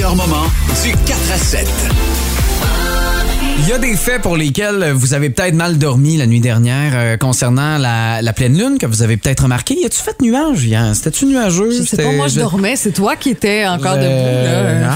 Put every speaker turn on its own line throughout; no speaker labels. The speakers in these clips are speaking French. par moment du 4 à 7.
Il y a des faits pour lesquels vous avez peut-être mal dormi la nuit dernière euh, concernant la, la pleine lune que vous avez peut-être remarqué. Y a-tu fait nuage hier? C'était-tu nuageux?
Je sais pas,
C'était-
moi je dormais, c'est toi qui étais encore
Euh,
debout. là.
non.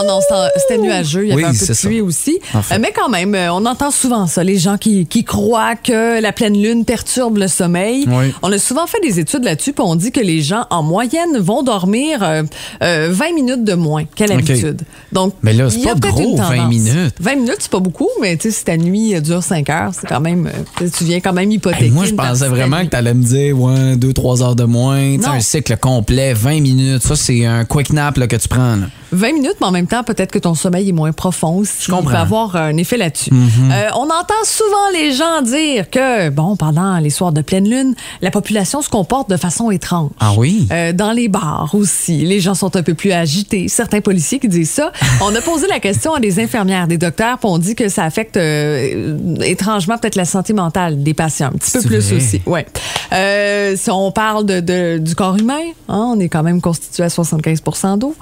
Enfin, Non, non, c'était- c'était nuageux, il y avait
Oui,
un peu de
c'est ça.
pluie aussi.
Enfin.
Euh, Mais quand même, euh, on entend souvent ça, les gens qui, qui croient que la pleine lune perturbe le sommeil.
Oui.
On a souvent fait des études là-dessus, puis on dit que les gens, en moyenne, vont dormir euh, euh, 20 minutes de moins qu'à l'habitude. Donc,
Mais là, c'est
il y a
pas
peut-être
gros,
une
20
tendance.
minutes.
20 minutes, c'est pas beaucoup, mais tu sais, si ta nuit euh, dure 5 heures, c'est quand même. euh, Tu viens quand même hypothéquer.
Hey, moi, je
une partie
pensais
de ta
vraiment
nuit.
que t'allais me dire, ouais, deux, trois heures de moins. Tu sais,
Non.
un cycle complet, 20 minutes. Ça, c'est un quick nap là, que tu prends. là.
20 minutes, mais en même temps, peut-être que ton sommeil est moins profond. aussi.
Je comprends. Mm-hmm.
Il peut avoir un effet là-dessus. Euh, on entend souvent les gens dire que, bon, pendant les soirs de pleine lune, la population se comporte de façon étrange.
Ah oui?
Euh, dans les bars aussi, les gens sont un peu plus agités. Certains policiers qui disent ça. On a posé la question à des infirmières, des docteurs, puis on dit que ça affecte euh, étrangement peut-être la santé mentale des patients, un petit peu
C'est
plus
vrai.
aussi. Ouais. Euh, si on parle de, de- du corps humain, hein, on est quand même constitué à 75 d'eau.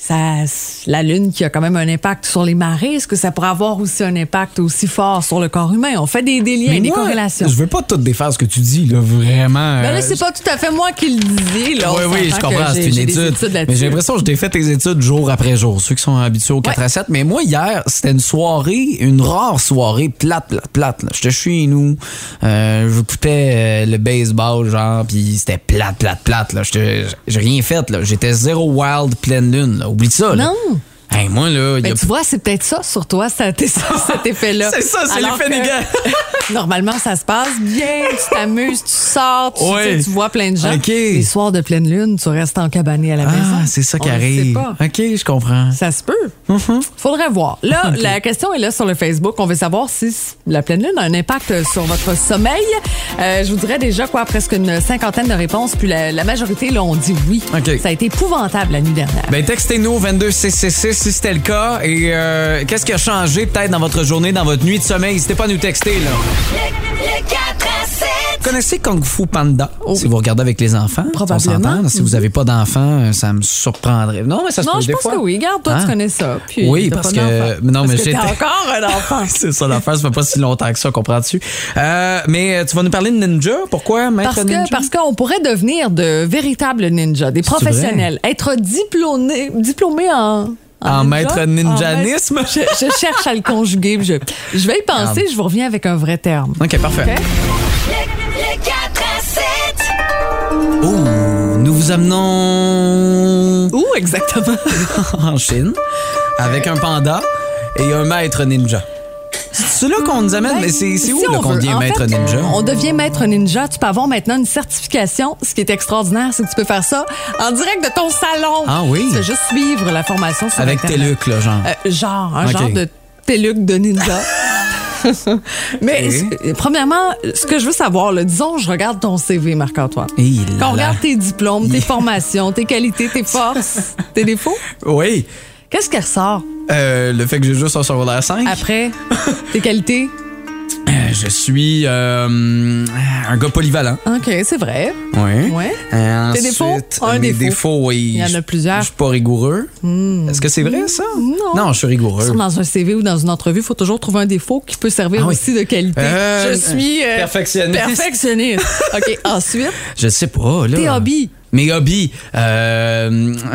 Ça, la Lune qui a quand même un impact sur les marées, est-ce que ça pourrait avoir aussi un impact aussi fort sur le corps humain? On fait des, des liens,
Mais
des
moi,
corrélations.
Je veux pas tout défaire ce que tu dis, là, vraiment.
Ben là,
euh,
c'est pas tout à fait moi qui le disais. Là,
oui,
On
oui, je
s'entend que
comprends,
j'ai-
c'est une
j'ai des
étude.
études
mais
là-dessus.
j'ai l'impression que je t'ai fait tes études jour après jour, ceux qui sont habitués au 4 à 7. Mais moi, hier, c'était une soirée, une rare soirée plate, plate, plate. là. J'étais chez nous, euh, j'écoutais euh, le baseball, genre, puis c'était plate, plate, plate. là. J'étais- J'ai rien fait, là. J'étais zéro wild, pleine lune. là. Oublie ça, là.
Non.
Hey, moi, là, il y
Ben,
a
tu vois, c'est peut-être ça sur toi, ça, t'es- ça, cet effet-là.
C'est ça, c'est
Alors
l'effet
que,
Négan.
Normalement, ça se passe bien, tu t'amuses, tu sors, tu,
Ouais.
tu sais, tu vois plein de gens.
OK.
Les soirs de pleine lune, tu restes en cabané à la maison.
Ah, c'est ça qui
On le sait
arrive.
pas.
OK, je comprends.
Ça se peut.
Mm-hmm.
Faudrait voir.
Ah,
Là, la question est là sur le Facebook. On veut savoir si la pleine lune a un impact euh, sur votre sommeil. Euh, je vous dirais déjà quoi, presque une cinquantaine de réponses. Puis la, la majorité, là, on dit oui.
OK.
Ça a été épouvantable la nuit dernière.
Ben, textez-nous au 22666 si c'était le cas. Et euh, qu'est-ce qui a changé peut-être dans votre journée, dans votre nuit de sommeil? N'hésitez pas à nous texter, là.
Le 4 à 7.
connaissez Kung Fu Panda si vous regardez avec les enfants?
Probablement.
On s'entend. Si vous n'avez pas d'enfants, euh, ça me surprendrait. Non, mais ça se
Non,
peut
je
des
pense
fois.
que oui. Garde, toi,
Hein?
tu connais ça. Puis,
Oui,
t'as
parce
pas
que-
d'enfant.
non, mais
Parce que
j'étais-
t'as encore un enfant.
C'est ça l'affaire, ça fait pas si longtemps que ça, comprends-tu? Euh, mais euh, tu vas nous parler de ninja? Pourquoi, maître
Parce
ninja?
que parce qu'on pourrait devenir de véritables ninjas, des professionnels, être diplômé diplômé en
En maître ninjanisme? Ah.
En maître- je, je cherche à le conjuguer. puis Je, je vais y penser, je vous reviens avec un vrai terme.
OK, parfait.
OK?
Le 4 à 7.
Ouh, nous vous amenons
Où exactement?
en Chine avec un panda et un maître ninja. C'est là qu'on nous amène, mais c'est c'est où
Ben, Si
là,
on
qu'on
veut.
devient
En
maître
fait,
ninja?
On devient maître ninja. Tu peux avoir maintenant une certification. Ce qui est extraordinaire, c'est que tu peux faire ça en direct de ton salon.
Ah oui?
Tu peux juste suivre la formation sur
Avec tes
Internet.
lucs, là, genre.
Euh, genre, un
Ok.
genre de téluc de ninja. Mais
Ok.
ce- premièrement, ce que je veux savoir, là, disons, je regarde ton CV, Marc-Antoine.
Hey là
Quand on
là.
regarde tes diplômes, tes
Il-
formations, tes qualités, tes forces, tes défauts,
Oui.
qu'est-ce qui ressort
Euh, le fait que j'ai juste un secondaire 5.
après tes qualités?
Je suis euh, un gars polyvalent.
OK, c'est vrai.
Oui.
Ouais.
Euh,
Tes défauts?
ensuite,
Un
mes
défaut.
défauts, oui.
Il y en a
Je-
plusieurs. Hmm.
Je suis pas rigoureux. Est-ce que c'est vrai, ça?
Non.
je suis rigoureux.
Sur- Dans un CV ou dans une entrevue, il faut toujours trouver un défaut qui peut servir
Ah oui.
aussi de qualité.
Euh,
je suis euh,
perfectionniste.
perfectionniste. OK, ensuite,
Je sais pas, là.
Tes hobbies.
Mes hobbies. Euh,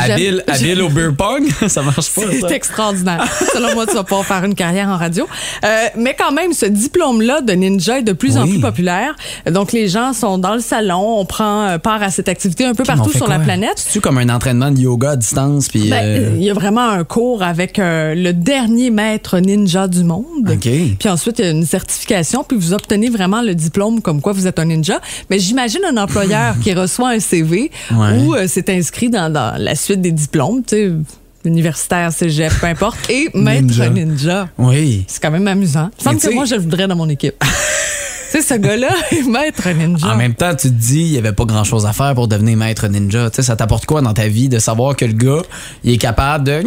J'aime-
habile,
j'aime-
habile au beer pong? ça marche pas, ça.
C'est extraordinaire. Selon moi, tu vas pouvoir faire une carrière en radio. Euh, mais quand même, ce diplôme-là de ninja est de plus en
Oui.
plus populaire. Euh, Donc, les gens sont dans le salon, on prend euh, part à cette activité un peu partout sur la planète.
C'est-tu comme un entraînement de yoga à distance? Puis,
Ben,
euh,
Il y a vraiment un cours avec euh, le dernier maître ninja du monde.
OK.
Puis ensuite, il y a une certification, puis vous obtenez vraiment le diplôme comme quoi vous êtes un ninja. Mais j'imagine un employeur qui reçoit un CV
Ouais.
où euh, c'est inscrit dans, dans la suite des diplômes, tu sais, universitaire, cégep, peu importe, et maître
Ninja.
ninja.
Oui.
C'est quand même amusant. Il me semble
Mais tu
que
sais-
moi, je le voudrais dans mon équipe. sais, ce gars-là est maître ninja.
En même temps, tu te dis, il n'y avait pas grand-chose à faire pour devenir maître ninja. Tu sais, ça t'apporte quoi dans ta vie de savoir que le gars, il est capable de...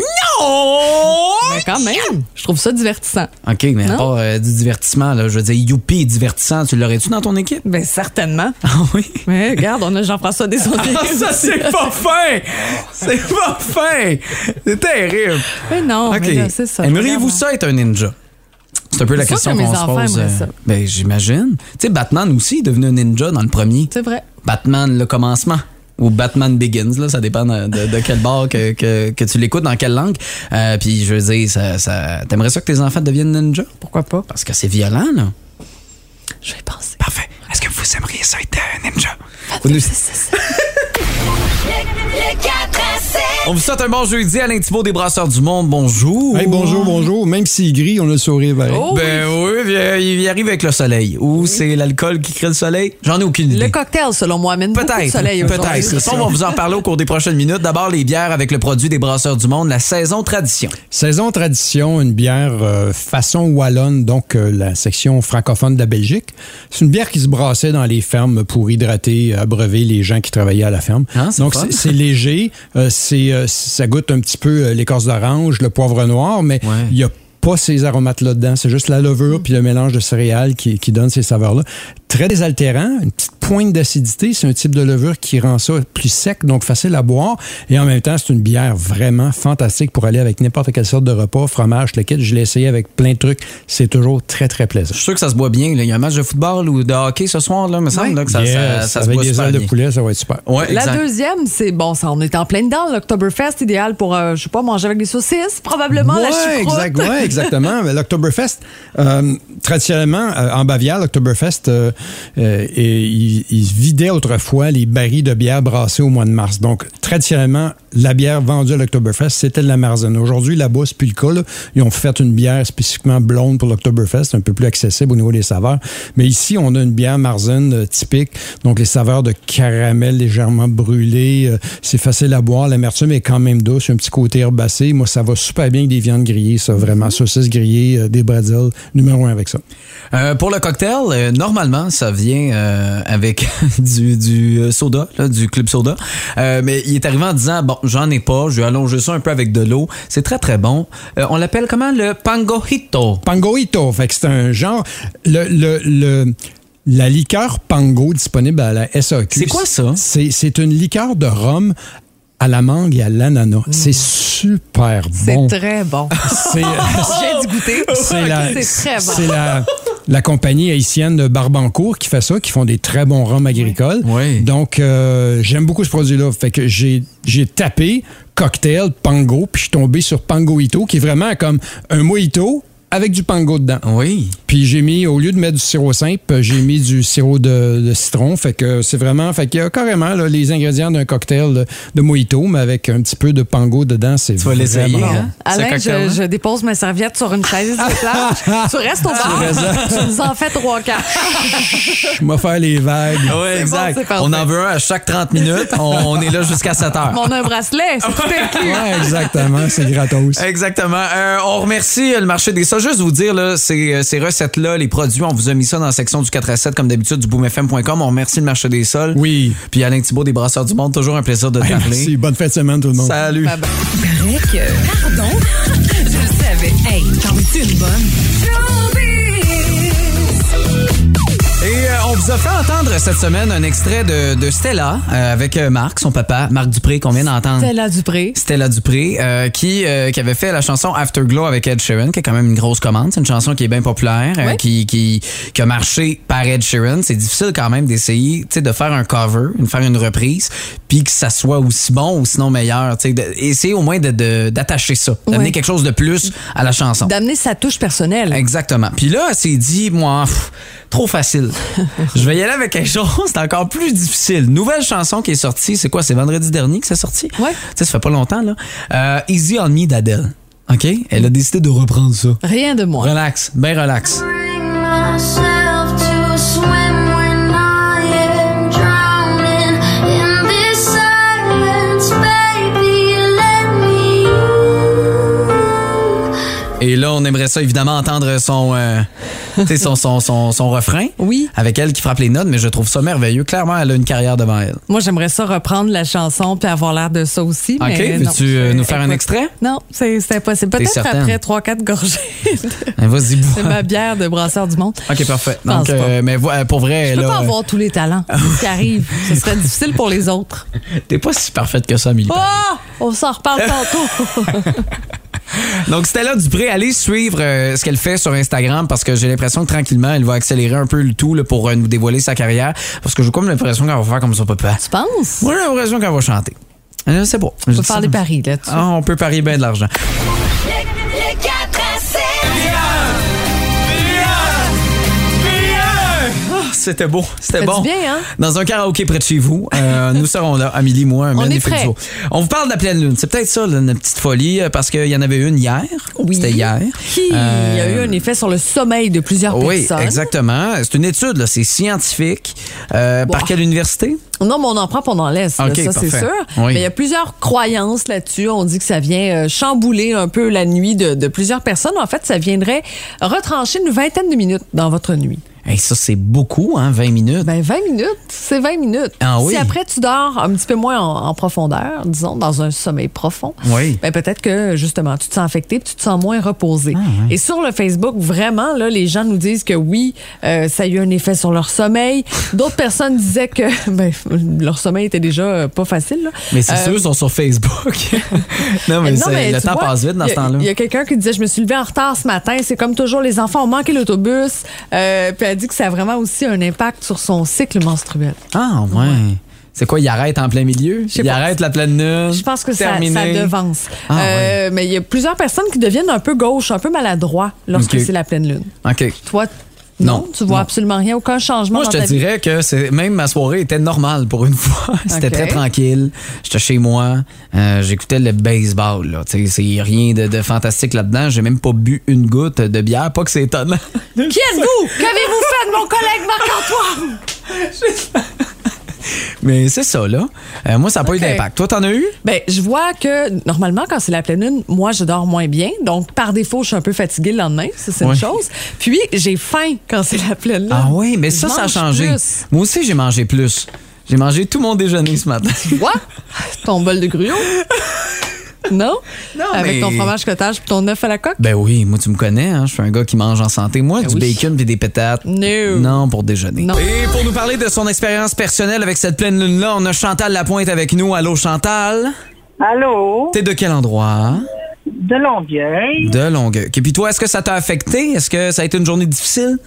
Non!
Mais quand même, je trouve ça divertissant.
OK, mais
Non.
pas euh, du divertissement, là. Je veux dire, youpi, divertissant, tu l'aurais-tu dans ton équipe?
Ben certainement.
Ah oui?
Mais regarde, on a Jean-François Desondiers.
Ah, ça, c'est pas fin! C'est pas fin! C'est terrible!
Mais non, Oh, mais là,
OK.
c'est ça.
Aimeriez-vous ça être un ninja? C'est un peu la
C'est sûr
question
que mes
qu'on se
enfants
pose.
aimeraient
euh,
ça.
Ben, j'imagine. Tu sais, Batman aussi est devenu un ninja dans le premier.
C'est vrai.
Batman, le commencement. Ou Batman Begins, là, ça dépend de, de- de quel bord que, que- que tu l'écoutes, dans quelle langue. Euh, Puis je veux dire, ça, ça- t'aimerais ça que tes enfants deviennent ninja?
Pourquoi pas?
Parce que c'est violent, là.
Je vais y penser.
Parfait. Est-ce que vous aimeriez ça être
euh,
un ninja? Vous nous-
Le 4 à 7.
On vous souhaite un bon jeudi, Alain Thibault des Brasseurs du Monde. Bonjour.
Hey, bonjour, bonjour. Même s'il est gris, on a le sourire pareil.
Oh,
Ben oui, il il arrive avec le soleil. Ou c'est l'alcool qui crée le soleil? J'en ai aucune idée.
Le cocktail, selon moi, amène beaucoup de
Peut-être.
soleil aujourd'hui.
Peut-être. Ça, On va vous en parler au cours des prochaines minutes. D'abord, les bières avec le produit des Brasseurs du Monde, la saison tradition.
Saison Tradition, une bière euh, façon wallonne, donc euh, la section francophone de la Belgique. C'est une bière qui se brassait dans les fermes pour hydrater, abreuver les gens qui travaillaient à la ferme.
Ah, c'est
donc
fun.
c'est c'est léger, euh, c'est euh, ça goûte un petit peu euh, l'écorce d'orange, le poivre noir, mais
Ouais.
il y a pas ces aromates là dedans, c'est juste la levure puis le mélange de céréales qui, qui donne ces saveurs là. Très désaltérant, une petite pointe d'acidité, c'est un type de levure qui rend ça plus sec, donc facile à boire et en même temps c'est une bière vraiment fantastique pour aller avec n'importe quelle sorte de repas, fromage, le kit. Je l'ai essayé avec plein de trucs, c'est toujours très très plaisant.
Je suis sûr que ça se boit bien. là. Il y a un match de football ou de hockey ce soir, là, me semble, là, que ça, ça-
Yes,
ça se
avec
boit
des
super
ailes de
bien.
poulet, ça va être super.
Ouais,
La
exact.
deuxième, c'est bon, ça, on est en plein dedans. L'Octoberfest, idéal pour, euh, je sais pas, manger avec des saucisses, probablement la
Ouais,
choucroute.
exact- ouais, exactement. Mais L'Octoberfest, euh, traditionnellement, euh, en Bavière, l'Octoberfest, euh, euh, et ils ils vidaient autrefois les barils de bière brassés au mois de mars. Donc, traditionnellement, la bière vendue à l'Octoberfest, c'était de la Marzen. Aujourd'hui, là-bas, c'est plus le cas. là. Ils ont fait une bière spécifiquement blonde pour l'Octoberfest, un peu plus accessible au niveau des saveurs. Mais ici, on a une bière Marzen euh, typique. Donc, les saveurs de caramel légèrement brûlé. euh, c'est facile à boire. L'amertume est quand même douce. Un petit côté herbacé. Moi, ça va super bien avec des viandes grillées, ça, vraiment.
Mm-hmm.
Saucisses grillées, euh, des bretzels. Numéro un avec ça.
Euh, pour le cocktail, euh, normalement, ça vient euh, avec du, du, euh, soda, là, du club soda. Euh, mais il est arrivé en disant, bon, j'en ai pas, je vais allonger ça un peu avec de l'eau. C'est très, très bon. Euh, on l'appelle comment? Le pangojito.
Pangoito. Fait que c'est un genre. Le. le, le- la liqueur pango disponible à la SAQ.
C'est quoi ça?
C'est c'est une liqueur de rhum à la mangue et à l'ananas.
Mm.
C'est super
C'est
bon.
très bon.
C'est-
J'ai dû goûter.
C'est la,
C'est très bon.
c'est la, la compagnie haïtienne de Barbancourt qui fait ça, qui font des très bons rhums agricoles.
Oui.
Donc, euh, j'aime beaucoup ce produit-là. Fait que j'ai j'ai tapé cocktail, pango, puis je suis tombé sur pangoito, qui est vraiment comme un mojito avec du pango dedans.
Oui.
Puis j'ai mis, au lieu de mettre du sirop simple, j'ai mis du sirop de, de citron. Fait que c'est vraiment, fait qu'il y a carrément là, les ingrédients d'un cocktail de, de mojito, mais avec un petit peu de pango dedans. C'est
vas l'essayer,
vraiment
hein?
bon.
Alain,
Ce cocktail-là?
je, je dépose ma serviette sur une chaise de plage. tu restes au bar. tu nous en fais trois, quatre.
Je m'en faire les vagues.
Oui, exact.
c'est parfait.
on en veut un à chaque 30 minutes. On, on est là jusqu'à 7 heures.
Mon un bracelet, c'est tout inclus.
Ouais, exactement, c'est gratos.
Exactement. Euh, on remercie euh, le marché des ça. Juste vous dire, là, ces, euh, ces recettes-là, les produits, on vous a mis ça dans la section du 4 à 7, comme d'habitude, du boomfm.com. On remercie le marché des sols.
Oui.
Puis Alain Thibault des Brasseurs du Monde, toujours un plaisir de te parler.
Merci, bonne fête de semaine tout le monde.
Salut.
Bye bye.
paraît que. Pardon? Je le savais. Hey, t'en es une bonne?
Et euh, on vous a fait entendre cette semaine un extrait de, de Stella euh, avec euh, Marc, son papa, Marc Dupré, qu'on vient d'entendre.
Stella Dupré.
Stella Dupré, euh, qui, euh, qui avait fait la chanson Afterglow avec Ed Sheeran, qui est quand même une grosse commande. C'est une chanson qui est bien populaire, euh,
Oui.
qui, qui, qui a marché par Ed Sheeran. C'est difficile quand même d'essayer tu sais, de faire un cover, de faire une reprise, puis que ça soit aussi bon ou sinon meilleur. tu sais, de- Essayer au moins de- de- d'attacher ça, d'amener
Oui.
quelque chose de plus à la chanson.
D'amener sa touche personnelle.
Exactement. Puis là, elle s'est dit, moi, pff, trop facile. Je vais y aller avec quelque chose d'encore plus difficile. Nouvelle chanson qui est sortie, c'est quoi? C'est vendredi dernier que c'est sorti?
Ouais.
Tu sais, ça fait pas longtemps, là. Euh, Easy on Me d'Adèle. OK? Elle a décidé de reprendre ça.
Rien de moins.
Relax, ben relax. Et là, on aimerait ça évidemment entendre son euh, tu sais, son, son, son, son refrain.
Oui.
Avec elle qui frappe les notes, mais je trouve ça merveilleux. Clairement, elle a une carrière devant elle.
Moi, j'aimerais ça reprendre la chanson puis avoir l'air de ça aussi.
Ok,
mais
veux-tu,
non, je-
euh, nous faire un extrait?
Non, c'est c'est impossible.
T'es
Peut-être
certaine?
après 3-4 gorgées
Hein, Vas-y,
de, de
bois.
ma bière de brasseur du monde.
Ok, parfait.
Je pense
Donc, euh, mais vo- euh, pour vrai,
Je peux
là,
pas avoir tous les talents qui arrivent. Ce serait difficile pour les autres.
t'es pas si parfaite que ça, Milly.
Oh! On s'en reparle tantôt.
Donc, Stella Dupré, allez suivre euh, ce qu'elle fait sur Instagram parce que j'ai l'impression que tranquillement, elle va accélérer un peu le tout là, pour euh, nous dévoiler sa carrière. Parce que j'ai comme l'impression qu'elle va faire comme son papa.
tu penses?
Moi, j'ai l'impression qu'elle va chanter. Je sais pas.
On peut faire des paris là-dessus.
Ah, on peut parier bien de l'argent.
Le, le 4 à 7.
Ah, C'était beau, c'était
Fait du
bon.
bien, hein?
Dans un karaoké près de chez vous, euh, nous serons là, Amélie, moi, un
On est
magnifique
prêts.
duo. On vous parle de la pleine lune. C'est peut-être ça, là, une petite folie, euh, parce qu'il y en avait une hier. C'était hier.
Qui a eu
Euh,
un effet sur le sommeil de plusieurs
Oui,
personnes.
exactement. C'est une étude, là, c'est scientifique. Euh, Par
Wow.
quelle université?
Non, mais on en prend, puis on en laisse. là,
Ok,
ça, c'est
parfait.
sûr.
Oui.
Mais il y a plusieurs croyances là-dessus. On dit que ça vient euh, chambouler un peu la nuit de, de plusieurs personnes. En fait, ça viendrait retrancher une vingtaine de minutes dans votre nuit.
Hey, ça, c'est beaucoup, hein, 20 minutes.
Ben, 20 minutes, c'est 20 minutes.
Ah oui?
Si après, tu dors un petit peu moins en, en profondeur, disons, dans un sommeil profond,
Oui.
ben, peut-être que, justement, tu te sens affecté puis tu te sens moins reposé.
Ah,
Et sur le Facebook, vraiment, là, les gens nous disent que oui, euh, ça a eu un effet sur leur sommeil. D'autres personnes disaient que ben, leur sommeil était déjà euh, pas facile. là.
Mais c'est
Euh,
sûr, ils sont sur Facebook. non, mais,
non,
c'est-
mais
le
tu
temps
vois,
passe vite dans
il y
ce
a-
temps-là.
Il y a quelqu'un qui disait Je me suis levée en retard ce matin. C'est comme toujours, les enfants ont manqué l'autobus. Euh, puis elle dit que ça a vraiment aussi un impact sur son cycle menstruel.
Ah, ouais. C'est quoi, il arrête en plein milieu?
sais
Il
pas.
arrête la pleine lune?
Je pense que ça,
terminé.
ça devance.
Ah,
Euh, Mais il y a plusieurs personnes qui deviennent un peu gauche, un peu maladroit lorsque
Ok.
c'est la pleine lune.
OK.
Toi, non,
Non,
tu vois
non.
absolument rien, aucun changement
Moi,
dans
je
ta
te
vie.
dirais que c'est même ma soirée était normale pour une fois. C'était
Ok.
très tranquille. J'étais chez moi. euh, J'écoutais le baseball. là. Tu sais, C'est rien de, de fantastique là-dedans. J'ai même pas bu une goutte de bière. Pas que c'est étonnant.
Qui êtes-vous? Qu'avez-vous fait de mon collègue Marc-Antoine?
Mais c'est ça, là. Euh, moi, ça n'a pas
Ok.
eu d'impact. Toi, t'en as eu?
Ben, je vois que normalement, quand c'est la pleine lune, moi, je dors moins bien. Donc, par défaut, je suis un peu fatiguée le lendemain. Ça, c'est
Ouais.
une chose. Puis, j'ai faim quand c'est la pleine lune.
Ah oui, mais
Je
ça, ça a
mange
changé.
plus.
Moi aussi, j'ai mangé plus. J'ai mangé tout mon déjeuner ce matin.
Quoi? Ton bol de gruau? Non?
Non,
Avec
mais-
ton fromage cottage puis ton œuf à la coque?
Ben oui, moi tu me connais, hein, je suis un gars qui mange en santé. Moi, du
Ben oui.
bacon puis des pétates.
No.
Non, pour déjeuner.
Non.
Et pour nous parler de son expérience personnelle avec cette pleine lune-là, on a Chantal Lapointe avec nous. Allô Chantal?
Allô,
T'es de quel endroit?
de Longueuil.
De Longueuil. Et puis toi, est-ce que ça t'a affecté? Est-ce que ça a été une journée difficile?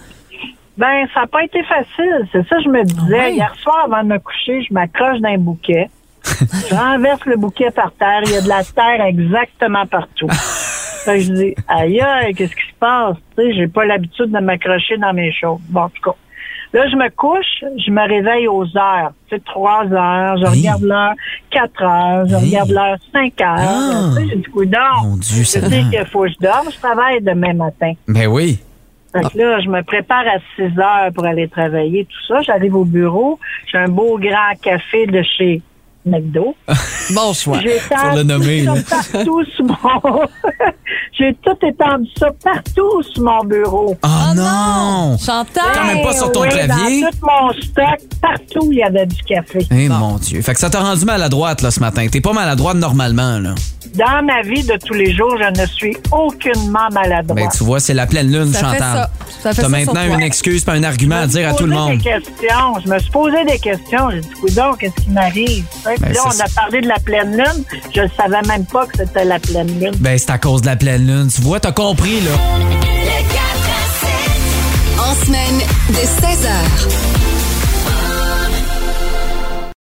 Ben, ça n'a pas été facile. C'est ça, que je me disais.
Ouais.
Hier soir, avant de me coucher, je m'accroche d'un bouquet. je renverse le bouquet par terre. Il y a de la terre exactement partout. Fait que je dis, aïe, aïe, qu'est-ce qui se passe? Tu sais, j'ai pas l'habitude de m'accrocher dans mes choses. Bon, en tout cas. Là, je me couche, je me réveille aux heures. Tu sais, trois heures, je
Hey.
regarde l'heure, quatre heures, je
Hey.
regarde l'heure, cinq heures.
Ah.
Tu sais, j'ai dit, coudonc,
Mon Dieu,
je sais
Seigneur.
qu'il faut que je dorme, je travaille demain matin.
Ben oui.
Fait que là, je me prépare à 6 heures pour aller travailler, tout ça. J'arrive au bureau. J'ai un beau grand café de chez McDo.
Bon choix.
J'étends
Faut le nommer,
tout
là.
ça partout sur mon... J'ai tout étendu ça partout sur mon bureau. Eh
Oh,
Ah
non!
Chantal!
Quand même pas sur ton
oui,
clavier.
Dans tout mon stock, partout, il y avait du café.
Eh mon Dieu. Fait que ça t'a rendu maladroite là ce matin. T'es pas maladroite normalement, là.
Dans ma vie de tous les jours, je ne suis aucunement maladroite.
Ben tu vois, c'est la pleine lune,
Ça fait
Chantal.
ça. Ça
T'as
fait ça
maintenant
sur toi.
une excuse pas un argument à
Je me
dire à
suis
tout le
posé
monde.
Des questions. Je me suis posé des questions. J'ai dit, coudonc, qu'est-ce qui m'arrive? Puis
Ben,
là,
c'est
on a
ça.
parlé de la pleine lune. Je ne savais même pas que c'était la pleine lune.
Ben, c'est à cause de la pleine lune. Tu vois, t'as compris, là.
Le 4 à
En semaine de 16h